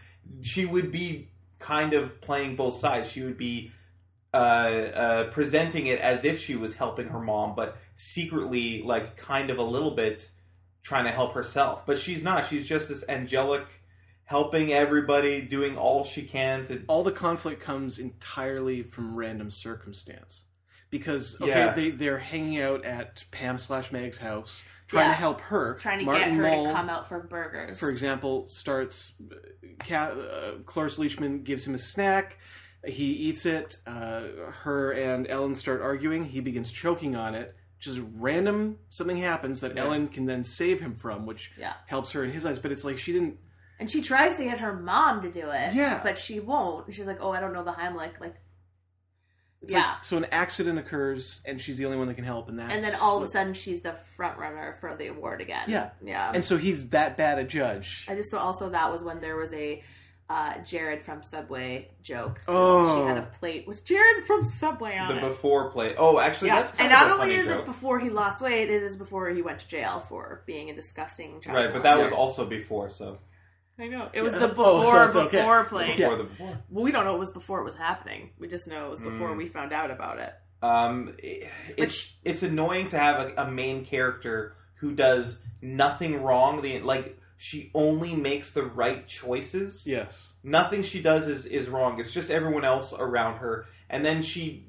she would be kind of playing both sides. She would be uh, uh, presenting it as if she was helping her mom, but secretly, like, kind of a little bit trying to help herself. But she's not. She's just this angelic, helping everybody, doing all she can to all the conflict comes entirely from random circumstance because okay Yeah. they, they're hanging out at pam slash meg's house trying to Yeah. help her trying to Martin get her Mull, to come out for burgers. for example starts uh, Ca uh, cloris leachman gives him a snack he eats it uh, her and ellen start arguing he begins choking on it just random something happens that ellen can then save him from which Yeah. helps her in his eyes but it's like she didn't And she tries to get her mom to do it. Yeah. But she won't. She's like, oh, I don't know the Heimlich. Like, it's yeah. like, so an accident occurs and she's the only one that can help and that's and then all of a what- sudden, she's the front runner for the award again. Yeah. Yeah. And so he's that bad a judge. I just saw also that was when there was a uh, Jared from Subway joke. 'Cause Oh. She had a plate with Jared from Subway on the it. before play. Oh, actually, Yeah. that's And kind of not a only funny is joke. it before he lost weight, it is before he went to jail for being a disgusting child. right, but that was molester. also before. So I know. It was Yeah. the before Oh, so it's okay. before plane. before the before. Well, we don't know it was before it was happening. We just know it was before we found out about it. Um, it- it's it's annoying to have a, a main character who does nothing wrong. The like she only makes the right choices. yes. Nothing she does is is wrong. It's just everyone else around her, and then she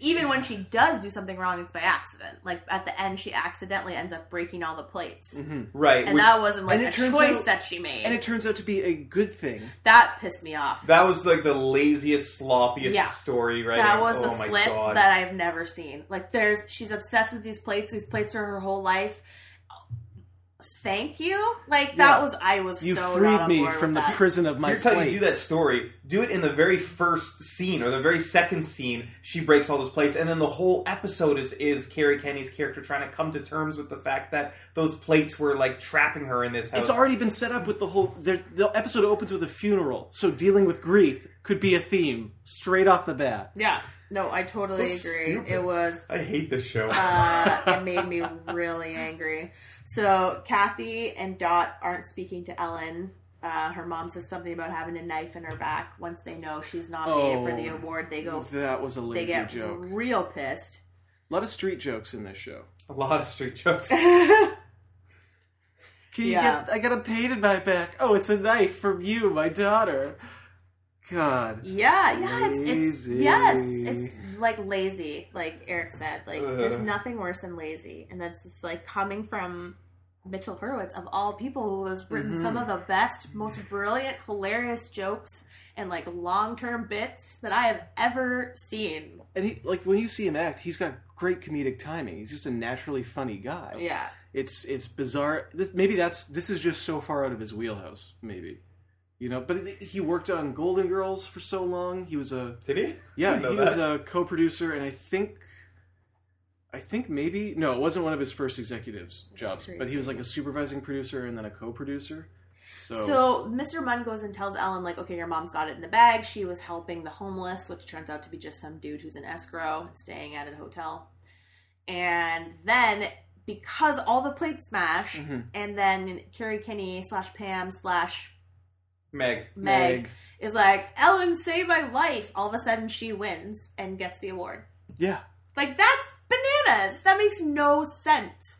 Even when she does do something wrong, it's by accident. Like at the end, she accidentally ends up breaking all the plates, right. and which- that wasn't like And it a turns choice out- that she made. And it turns out to be a good thing. that pissed me off. that was like the laziest, sloppiest Yeah. story. Right. That was oh the my flip God. that I've never seen. Like, there's she's obsessed with these plates. These plates are her whole life. Thank you. Like that Yeah. was I was You so not freed on me board from with the that. prison of my Here's how you plates. do that story. Do it in the very first scene or the very second scene. She breaks all those plates, and then the whole episode is is Carrie Kenny's character trying to come to terms with the fact that those plates were like trapping her in this house. It's already been set up with the whole. The, the episode opens with a funeral, so dealing with grief could be a theme straight off the bat. Yeah. No, I totally So agree. stupid. It was I hate this show. uh, it made me really angry. So Kathy and Dot aren't speaking to Ellen. Uh, her mom says something about having a knife in her back. Once they know she's nominated for the Oh, award, they go. That was a They lazy get joke. real pissed. [LAUGHS] A lot of street jokes in this show. a lot of street [LAUGHS] jokes. Can you Yeah. get? I got a pain in my back. Oh, it's a knife from you, my daughter. God. Yeah, yeah, it's, it's Lazy. yes, it's like lazy. Like Eric said, like Ugh. there's nothing worse than lazy, and that's just like coming from Mitchell Hurwitz of all people, who has written some of the best, most brilliant, hilarious jokes and like long term bits that I have ever seen. And he like when you see him act, he's got great comedic timing. He's just a naturally funny guy. Yeah, it's it's bizarre. This maybe that's this is just so far out of his wheelhouse. Maybe you know, but it, he worked on Golden Girls for so long. He was a Did he? yeah, Didn't know he that. was uh, a co-producer, and I think I think maybe no, it wasn't one of his first executives jobs, but he was like a supervising producer and then a co-producer. So, So Mr. Munn goes and tells Ellen, like, okay, your mom's got it in the bag. She was helping the homeless, which turns out to be just some dude who's an escrow and staying at a hotel. And then because all the plates smash, and then Carrie Kinney slash Pam slash Meg. Meg, Meg. is like, Ellen, save my life. All of a sudden, she wins and gets the award. yeah, Like that's bananas. That makes no sense.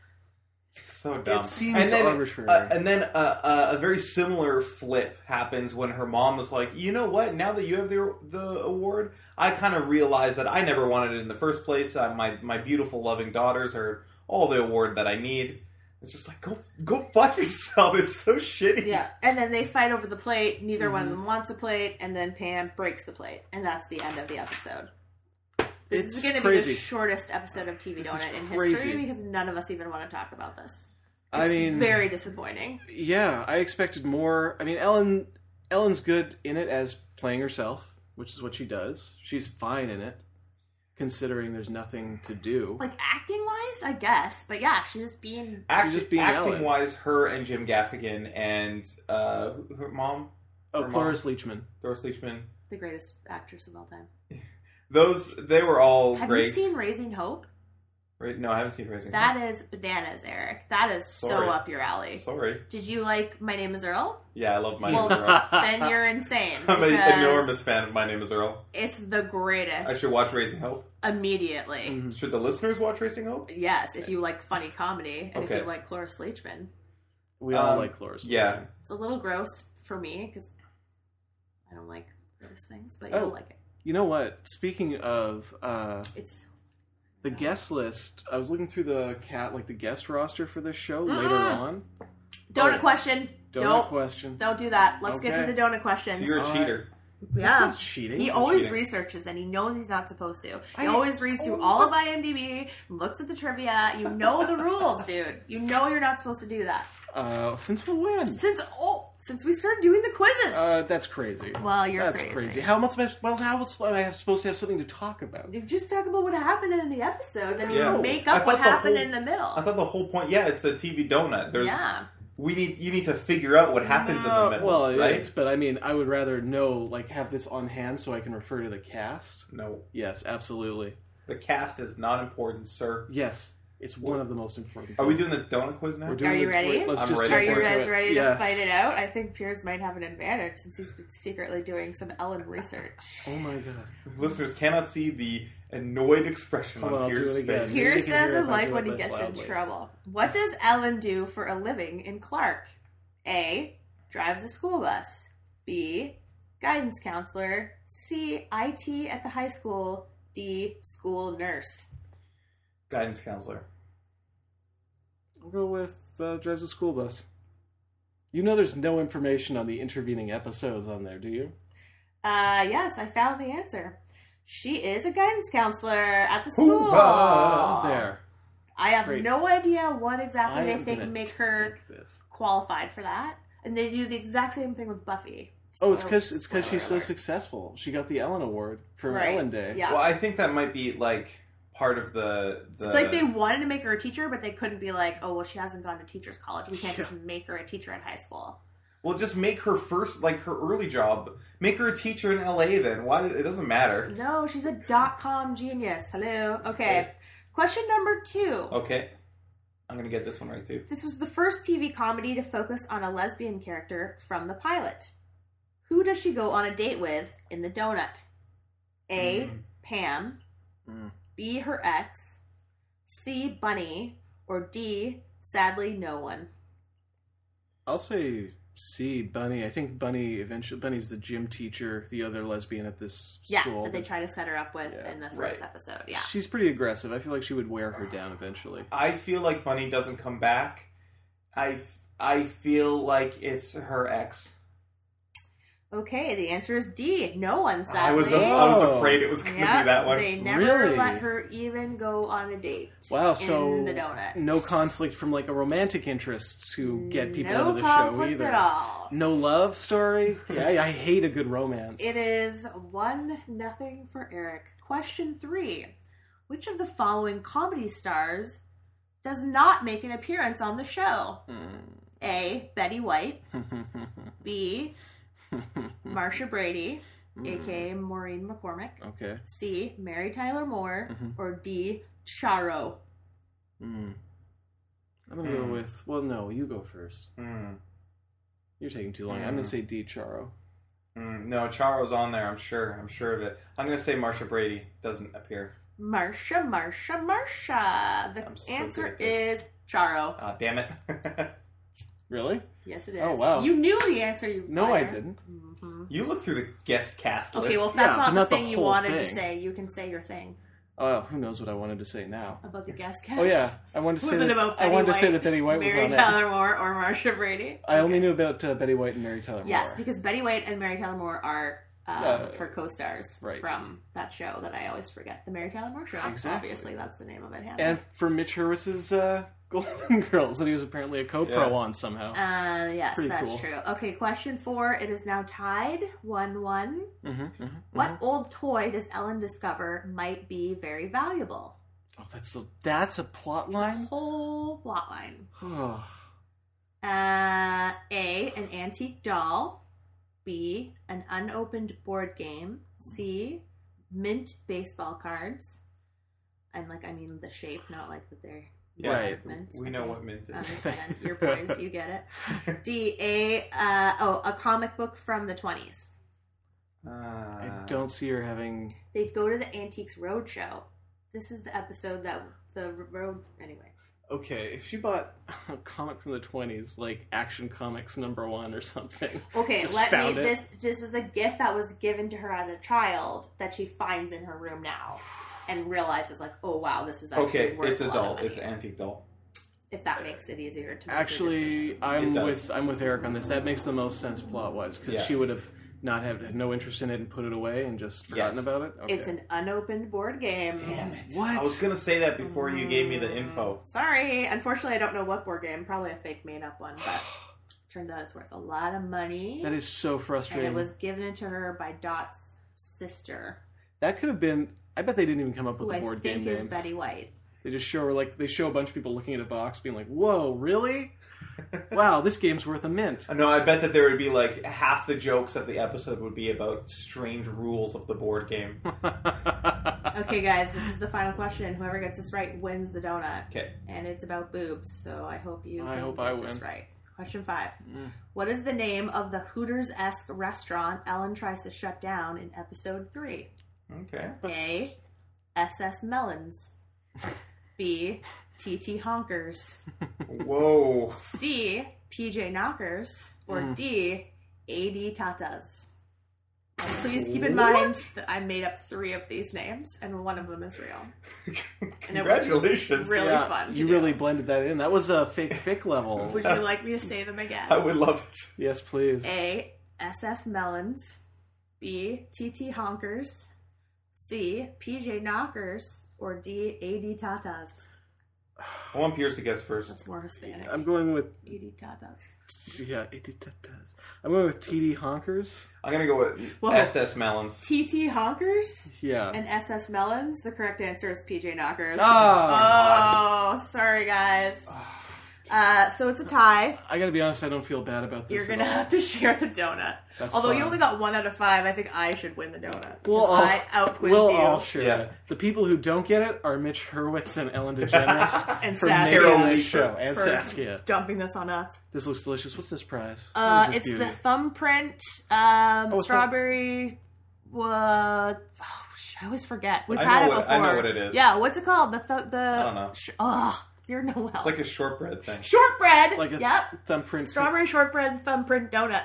So dumb. It seems arbitrary. uh, and then uh, uh, a very similar flip happens when her mom was like, "You know what? Now that you have the the award, I kind of realize that I never wanted it in the first place. Uh, my my beautiful, loving daughters are all the award that I need." It's just like go go fuck yourself. [LAUGHS] It's so shitty. Yeah, and then they fight over the plate. Neither one Mm-hmm. of them wants a plate, and then Pam breaks the plate, and that's the end of the episode. This It's is going to be crazy. the shortest episode of TV is Donut in crazy. history because none of us even want to talk about this. I It's mean, very disappointing. yeah, I expected more. I mean, Ellen Ellen's good in it as playing herself, which is what she does. She's fine in it, considering there's nothing to do. Like acting wise, I guess, but yeah, she's just being Act, just being acting Ellen. wise, her and Jim Gaffigan and uh, who- her mom, oh, her mom. Cloris Leachman. Doris Leachman. the greatest actress of all time. Those they were all Have great. you seen Raising Hope? Ra- No, I haven't seen Raising. That is bananas, Eric. That is Sorry. so up your alley. Hope. Sorry. Did you like My Name Is [LAUGHS] Earl? Yeah, I love my Well- name is Earl. [LAUGHS] [LAUGHS] then you're insane. I'm an because enormous fan of My Name Is Earl. It's the I greatest. should Mm-hmm. watch Raising Hope. Immediately. Should the listeners watch Raising Hope? Yes, if you like funny comedy and Okay. if you like Cloris Leachman. We all Um, like Cloris. Yeah, It's a little gross for me because I don't like gross things, but Oh. you'll like it. You know what? Speaking of uh, It's the guest list, I was looking through the cat like the guest roster for this show later on. donut Oh. question. Donut Mm-hmm. don't question. don't do that. Let's get Okay. to the donut questions. so you're a Alright. cheater. yeah. That's cheating. He always cheating. researches and he knows he's not supposed to. He I- always reads through all of IMDb, looks at the trivia. You know the rules, dude. You know you're not supposed to do that. uh, since when? Since oh, since we started doing the quizzes, Uh, that's crazy. Well, you're that's crazy. How am I supposed? Well, how else am I supposed to have something to talk about? you just talk about what happened in the episode, then you Yeah. make I up thought what the happened whole- in the middle. I thought the whole point. Yeah, it's the TV donut. There's yeah. we need you need to figure out what happens in the middle. Uh, well, it is, right? but I mean, I would rather know, like, have this on hand so I can refer to the cast. No, Yes, absolutely. the cast is not important, sir. Yes, it's one of the most important. Are we doing things. the donut quiz now? We're doing Are you the- ready? wait, let's I'm just ready. Are jump you into guys it. ready Yes. to fight it out? I think Piers might have an advantage since he's been secretly doing some Ellen research. Oh my god! Listeners cannot see the annoyed expression Come on, on I'll Pierce's do it again. face. Here- Piers can hear if doesn't I like do when it he this gets loudly. in trouble. What does Ellen do for a living in Clark? A. Drives a school bus. B. Guidance counselor. C. IT at the high school. D. School nurse. Guidance counselor. I'll go with uh, drives a school bus. You know, there's no information on the intervening episodes on there, do you? Uh, yes, I found the answer. She is a guidance counselor at the school. Hoorah! Oh, There, I have Great. no idea what exactly I they am think gonna make her take this. qualified for that, and they do the exact same thing with Buffy. Oh, it's because Spoiler- it's because she's so spoiler alert. successful. She got the Ellen Award for Right. Ellen Day. Yeah, Well, I think that might be like part of the the. it's Uh, like they wanted to make her a teacher, but they couldn't be like, oh well, she hasn't gone to teachers college. We can't just make her a teacher in high school. Well, just make her first, like her early job, make her a teacher in LA. Then why? It doesn't matter. No, she's a dot com genius. Hello. Okay. Question number two. Okay, I'm gonna get this one right too. This was the first TV comedy to focus on a lesbian character from the pilot. Who does she go on a date with in the donut? A. Hmm. Pam. B. Her ex. C. Bunny. Or D. Sadly, no one. I'll say C Bunny. I think Bunny eventually Bunny's the gym teacher, the other lesbian at this Yeah, school. that they try to set her up with Yeah, in the first right. episode. Yeah. She's pretty aggressive. I feel like she would wear her down eventually. I feel like Bunny doesn't come back. I f- I feel like it's her ex. Okay, the answer is D. No one, sadly. I was af- I was afraid it was gonna Yeah, be that one. They never Really? let her even go on a date. Wow, in so the donut. no conflict from like a romantic interest to get people no into the show conflict either. at all. No love [LAUGHS] story. Yeah, I, I hate a good romance. [LAUGHS] It is one nothing for Eric. Question three: Which of the following comedy stars does not make an appearance on the show? A. Betty White. B. Hmm. Marsha Brady, aka Maureen McCormick. okay. C. Mary Tyler Moore. Or D. Charo. Hmm. I'm gonna Hmm. go with. Well, no, you go first. Hmm. You're taking too long. I'm Hmm. gonna say D Charo. Mm, no, Charo's on there. I'm sure. I'm sure of it. I'm gonna say Marsha Brady doesn't appear. Marsha, Marsha, Marsha. The I'm so answer good at is this. Charo. Ah, damn it. [LAUGHS] Really? Yes, it is. Oh, wow. You knew the answer. You No, I liar. Mm-hmm. didn't. you look through the guest cast list. Okay, well, if that's Yeah, but not the not the thing you whole wanted to thing. say, you can say your thing. Oh, who knows what I wanted to say now? About the gas cast. Oh yeah, I wanted to Was say it that, about I Betty wanted White, to say that Betty White Mary was on it. Tyler Moore or Marsha Brady? I only knew about uh, Betty White and Mary Tyler Moore. Yes, because Betty White and Mary Tyler Moore are um, Yeah. her co-stars Right. from that show that I always forget, the Mary Tyler Moore show. Exactly. Obviously, that's the name of it. Hannah. and for Mitch Hurwis's uh, [LAUGHS] Golden Girls that he was apparently a co-pro Yeah. on somehow. uh, yes, Pretty that's cool. true. Okay, question four. It is now tied one-one. What Mm-hmm. old toy does Ellen discover might be very valuable? oh, that's a that's a plot line. Whole plot line. Oh, Uh, A, an antique doll. B, an unopened board game. C, mint baseball cards. And, like, I mean the shape, not like that they're Yeah. Right. mints. We know Okay. what mint is. Understand. Your boys, you get it. D, A, uh, oh, a comic book from the 20s. Um, Uh, I don't see her having. [LAUGHS] They'd go to the Antiques Roadshow. This is the episode that the road. Anyway. Okay, if she bought a comic from the twenties, like Action Comics number one or something. Okay, Just let found me. it. This this was a gift that was given to her as a child that she finds in her room now, and realizes like, oh wow, this is actually Okay, worth it's a lot of adult. money. It's antique doll. if that makes it easier to make a decision. Actually, It I'm does. with I'm with Eric on this. That makes the most sense plot wise because Yeah. she would have not had, had no interest in it and put it away and just forgotten Yes. about it. Okay. It's an unopened board game. What? I was gonna say that before you gave me Mm. the info. Sorry, unfortunately, I don't know what board game. Probably a fake made up one, [SIGHS] but turns out it's worth a lot of money. That is so and frustrating. it was given to her by Dot's sister, That could have been. I bet they didn't even come up with who the I board game think is name. [LAUGHS] Betty White. They just show her like they show a bunch of people looking at a box, being like, "Whoa, [LAUGHS] really? wow, this game's worth a mint." Uh, No, I bet that there would be like half the jokes of the episode would be about strange rules of the [LAUGHS] board game. Okay, guys, this is the final question. Whoever gets this right wins the donut. Okay. And it's about boobs, so I hope you I can hope get I this win. Mm. right. Question five. What is the name of the Hooters esque restaurant Ellen tries to shut down in episode three? Okay. A. SS Melons. B. TT Honkers. Whoa. [LAUGHS] C. PJ Knockers. Or Mm. D. AD Tatas. And please keep in mind that I made up three of these names, and one of them is real. Congratulations. really Yeah, fun. to you do. really blended that in. That was a fake fic level. [LAUGHS] Would you like me to say them again? I would love it. yes, please. A. SS Melons. B. TT Honkers. C. PJ Knockers. Or D. AD Tatas. I want Pierce to guess first. That's more Hispanic. I'm going with AD Tatas. yeah. It it does. I'm going with TD Honkers. I'm gonna go with Whoa. SS Melons. TT Honkers Yeah. and SS Melons. The correct answer is PJ Knockers. Ah. oh sorry guys. Uh, so it's a tie. I gotta be honest. I don't feel bad about this. You're at gonna all. have to share the donut. That's Although you fine. only got one out of five, I think I should win the donut. We'll all, I outquiz we'll you. all share Yeah. it. The people who don't get it are Mitch Hurwitz and Ellen DeGeneres [LAUGHS] And for Saskia. nailing Carol this show, Reaper. and for Saskia. dumping this on us. This looks delicious. What's this prize? What Uh, is it's this the thumbprint Oh, um, it's strawberry. Uh, oh, sh- I always forget. We've I had know it what- before. I know what it is. Yeah, what's it called? The th- the. I don't know. oh, you're no help. It's like a shortbread thing. shortbread. like a yep. thumbprint. Strawberry shortbread thumbprint donut.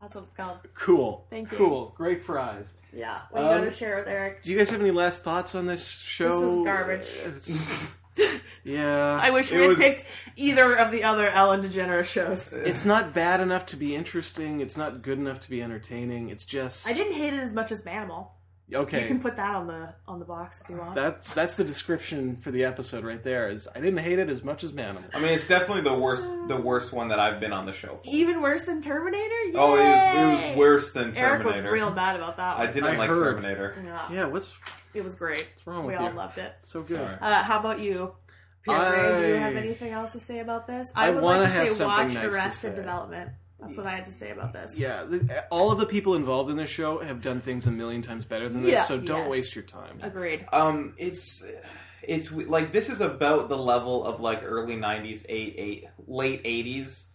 That's what it's called. Cool. Thank you. Cool. Great prize. Yeah. What do you Um, got to share with Eric? Do you guys have any last thoughts on this show? was garbage. It's- [LAUGHS] yeah. I wish it we had was- picked either of the other Ellen DeGeneres shows. Uh, it's not bad enough to be interesting. It's not good enough to be entertaining. It's just I didn't hate it as much as Manimal. okay. You can put that on the on the box if you Uh, want. that's that's the description for the episode right there. Is I didn't hate it as much as Manimal. I mean, it's definitely the worst, the worst one that I've been on the show for. Even worse than Terminator. Yay! Oh, it was, it was worse than Eric Terminator. was real bad about that. I One. didn't I like heard. Terminator. Yeah, Yeah. What's it was great. wrong we with all you? loved it. so good? Sorry. Uh, how about you, Pierce? Ray, Do you have I- anything else to say about this? I would wanna like to have say something watch nice to Arrested say. Development. That's what I had to say about this. Yeah, the, all of the people involved in this show have done things a million times better than Yeah, this, so don't yes. waste your time. Agreed. Um, it's it's like this is about the level of like early '90s, eight, eight late '80s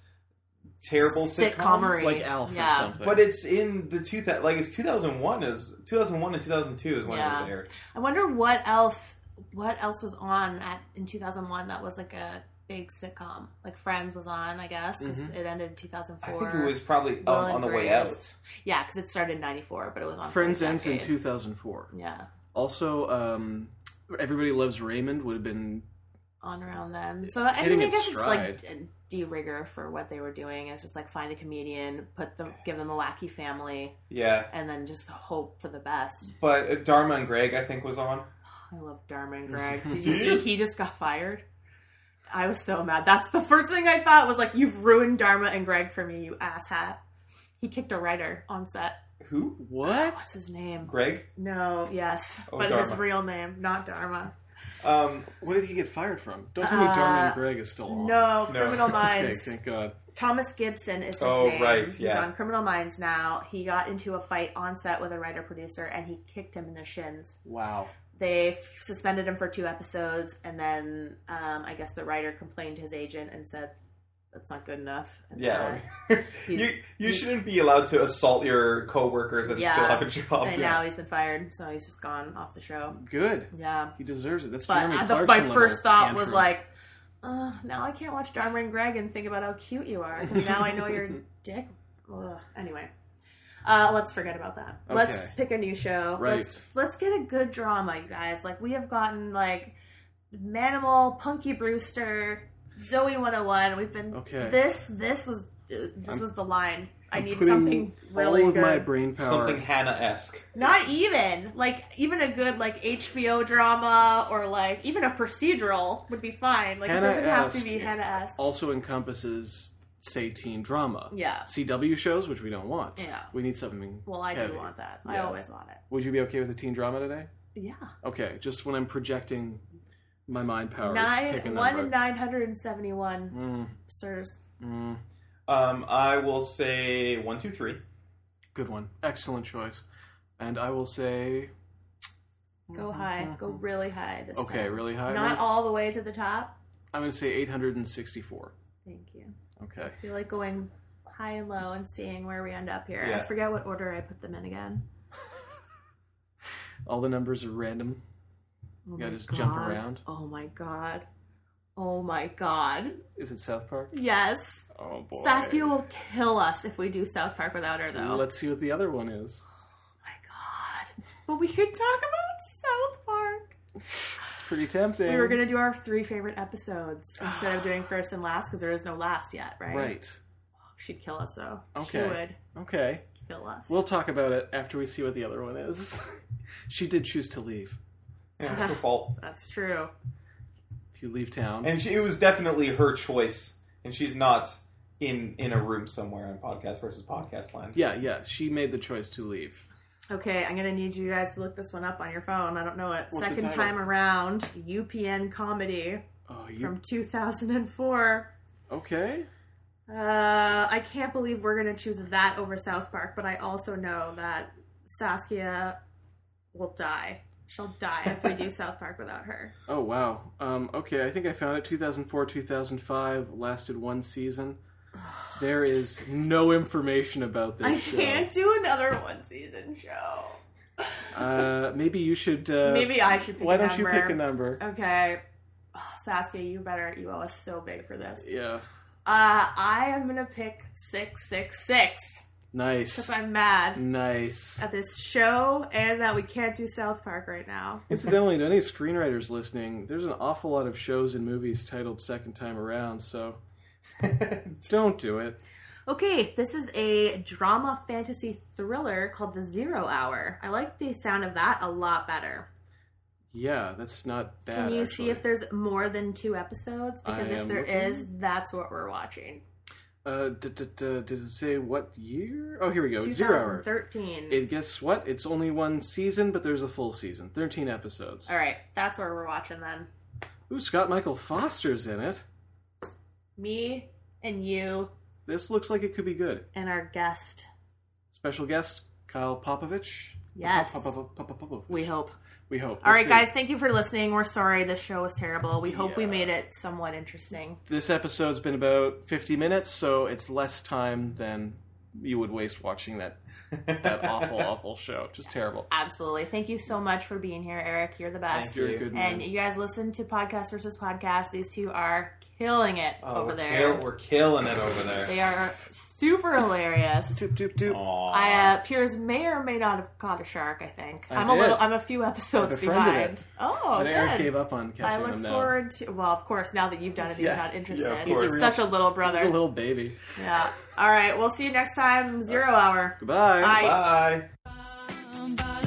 terrible Sitcomery. sitcoms. Like Alf Yeah. or something. But it's in the two thou- like it's 2001 is 2001 and 2002 is when it Yeah. was aired. I wonder what else what else was on at in 2001 that was like a big sitcom. Like Friends was on, I guess, Mm-hmm. because it ended in I 2004. think it was probably Will um, and on the way out. Grace. Yeah, because it started in 94, but it was on for a Friends ends in decade. 2004. Yeah. Also, um, Everybody Loves Raymond would have been on around then. So I Hitting mean, I its guess it's like stride. a de rigor for what they were doing. It's just like find a comedian, put them, give them a wacky family, Yeah. and then just hope for the best. But uh, Dharma and Greg, I think, was on. I love Dharma and Greg. Did you see he just got fired? I was so mad. That's the first thing I thought was like, you've ruined Dharma and Greg for me, you asshat. He kicked a writer on set. Who? what? What's his name? Greg? No, yes, Oh, but his Dharma. real name, not Dharma. Um, What did he get fired from? Don't tell me Dharma and Greg is still on. Uh, No, No. Criminal Oh, Okay, Minds. thank God. Thomas Gibson is his Oh, name. right, He's yeah. on Criminal Minds now. He got into a fight on set with a writer producer, and he kicked him in the shins. Wow. They f- suspended him for two episodes, and then um, I guess the writer complained to his agent and said, "That's not good enough." And, yeah. uh, you [LAUGHS] he's- you he's- shouldn't be allowed to assault your coworkers and Yeah. still have a job. and now he's been fired, so he's just gone off the show. Good. Yeah, He deserves it. That's but Jeremy uh, the, Clarkson. my level first thought was tantrum. like. Uh, now I can't watch Dharma and Greg and think about how cute you are because now I know [LAUGHS] you're a dick. Ugh. Anyway, uh, let's forget about that. Let's Okay. pick a new show. Right. Let's let's get a good drama, you guys. Like we have gotten like Manimal, Punky Brewster, Zoe 101. We've been Okay. This this was uh, this was the line. I I'm need putting something really all of good. my brain power. Something Hannah esque. Not even like even a good like HBO drama or like even a procedural would be fine. Like it doesn't have to be Hannah-esque Hannah esque. also encompasses say teen drama. Yeah. CW shows, which we don't want. Yeah. We need something. Well, I heavy. do want that. I Yeah. always want it. Would you be okay with a teen drama today? Yeah, Okay, just when I'm projecting my mind powers. Oh, pick a nine one number. Mm, in nine hundred and seventy one. Sirs, Um, I will say one, two, three. Good one. Excellent choice. And I will say go high, go really high. This Mm-hmm. okay, time. really high. not all the way to the top. I'm gonna say eight hundred and sixty four. Thank you. Okay. I feel like going high and low and seeing where we end up here. I Yeah. forget what order I put them in again. All the numbers are random. you gotta just jump God. around. Oh my god. Oh my god. Is it South Park? Yes. Oh boy. Saskia will kill us if we do South Park without her, though. Let's see what the other one is. oh my god. But we could talk about South Park. It's pretty tempting. We were going to do our three favorite episodes instead of doing first and last because there is no last yet, right? Right. She'd kill us, though. Okay. She would Okay. kill us. We'll talk about it after we see what the other one is. [LAUGHS] she did choose to leave. [LAUGHS] Yeah, it's her fault. That's true. If you leave town. And she, it was definitely her choice, and she's not in in a room somewhere on podcast versus podcast land. yeah, yeah. She made the choice to leave. Okay, I'm gonna need you guys to look this one up on your phone. I don't know it. What's the Second title? time around, UPN comedy Oh, you from 2004. okay? Uh, I can't believe we're gonna choose that over South Park, but I also know that Saskia will die. She'll die if we [LAUGHS] do South Park without her. Oh wow. Um, okay, I think I found it. 2004, 2005 lasted one [SIGHS] season. There is no information about this I show. can't do another one season show. Uh, maybe you should. Uh, Maybe I should. Pick Why a don't number. you pick a number? Okay, oh, Saskia, you better. You owe us so big for this. Yeah. Uh, I am gonna pick six six six. Nice. Because I'm Mm. mad Nice. at this show and that we can't do South Park right now. Incidentally, to any screenwriters listening, there's an awful lot of shows and movies titled Second Time Around, so don't do it. Okay, this is a drama fantasy thriller called The Zero Hour. I like the sound of that a lot better. Yeah, that's not bad. Can you actually. see if there's more than two episodes? Because I if am there looking. is, that's what we're watching. Uh, d- d- d- does it say what year? Oh, here we go. Zero hour. 2013. It guess what? It's only one season, but there's a full season, thirteen episodes. All right, that's where we're watching then. Ooh, Scott Michael Foster's in it. Me and you This looks like it could be good. and our guest. Special guest Kyle Popovich. Yes. Pop- pop- pop- pop- pop- We hope. We hope. All We'll right, see. guys, thank you for listening. We're sorry this show was terrible. We hope we Yeah. made it somewhat interesting. This episode's been about fifty minutes, so it's less time than you would waste watching that [LAUGHS] that [LAUGHS] awful, awful show. Just terrible. Absolutely. Thank you so much for being here, Eric. You're the best. You're a good man. And you guys listen to Podcast versus Podcast. These two are killing it Oh, over we're there. kill- we're killing it over there. They are super hilarious. Doop, doop, doop. Aw. I uh, Piers may or may not have caught a shark. I think I am a did. little. I'm a few episodes I befriended behind. it. Oh, But Eric good. gave up on catching I look him now. forward to. Well, of course, now that you've done it, he's Yeah. not interested. Yeah, of he's course. just such a little brother. He's a little baby. Yeah. All right. We'll see you next time. Zero hour. Goodbye. Bye. Bye. Bye.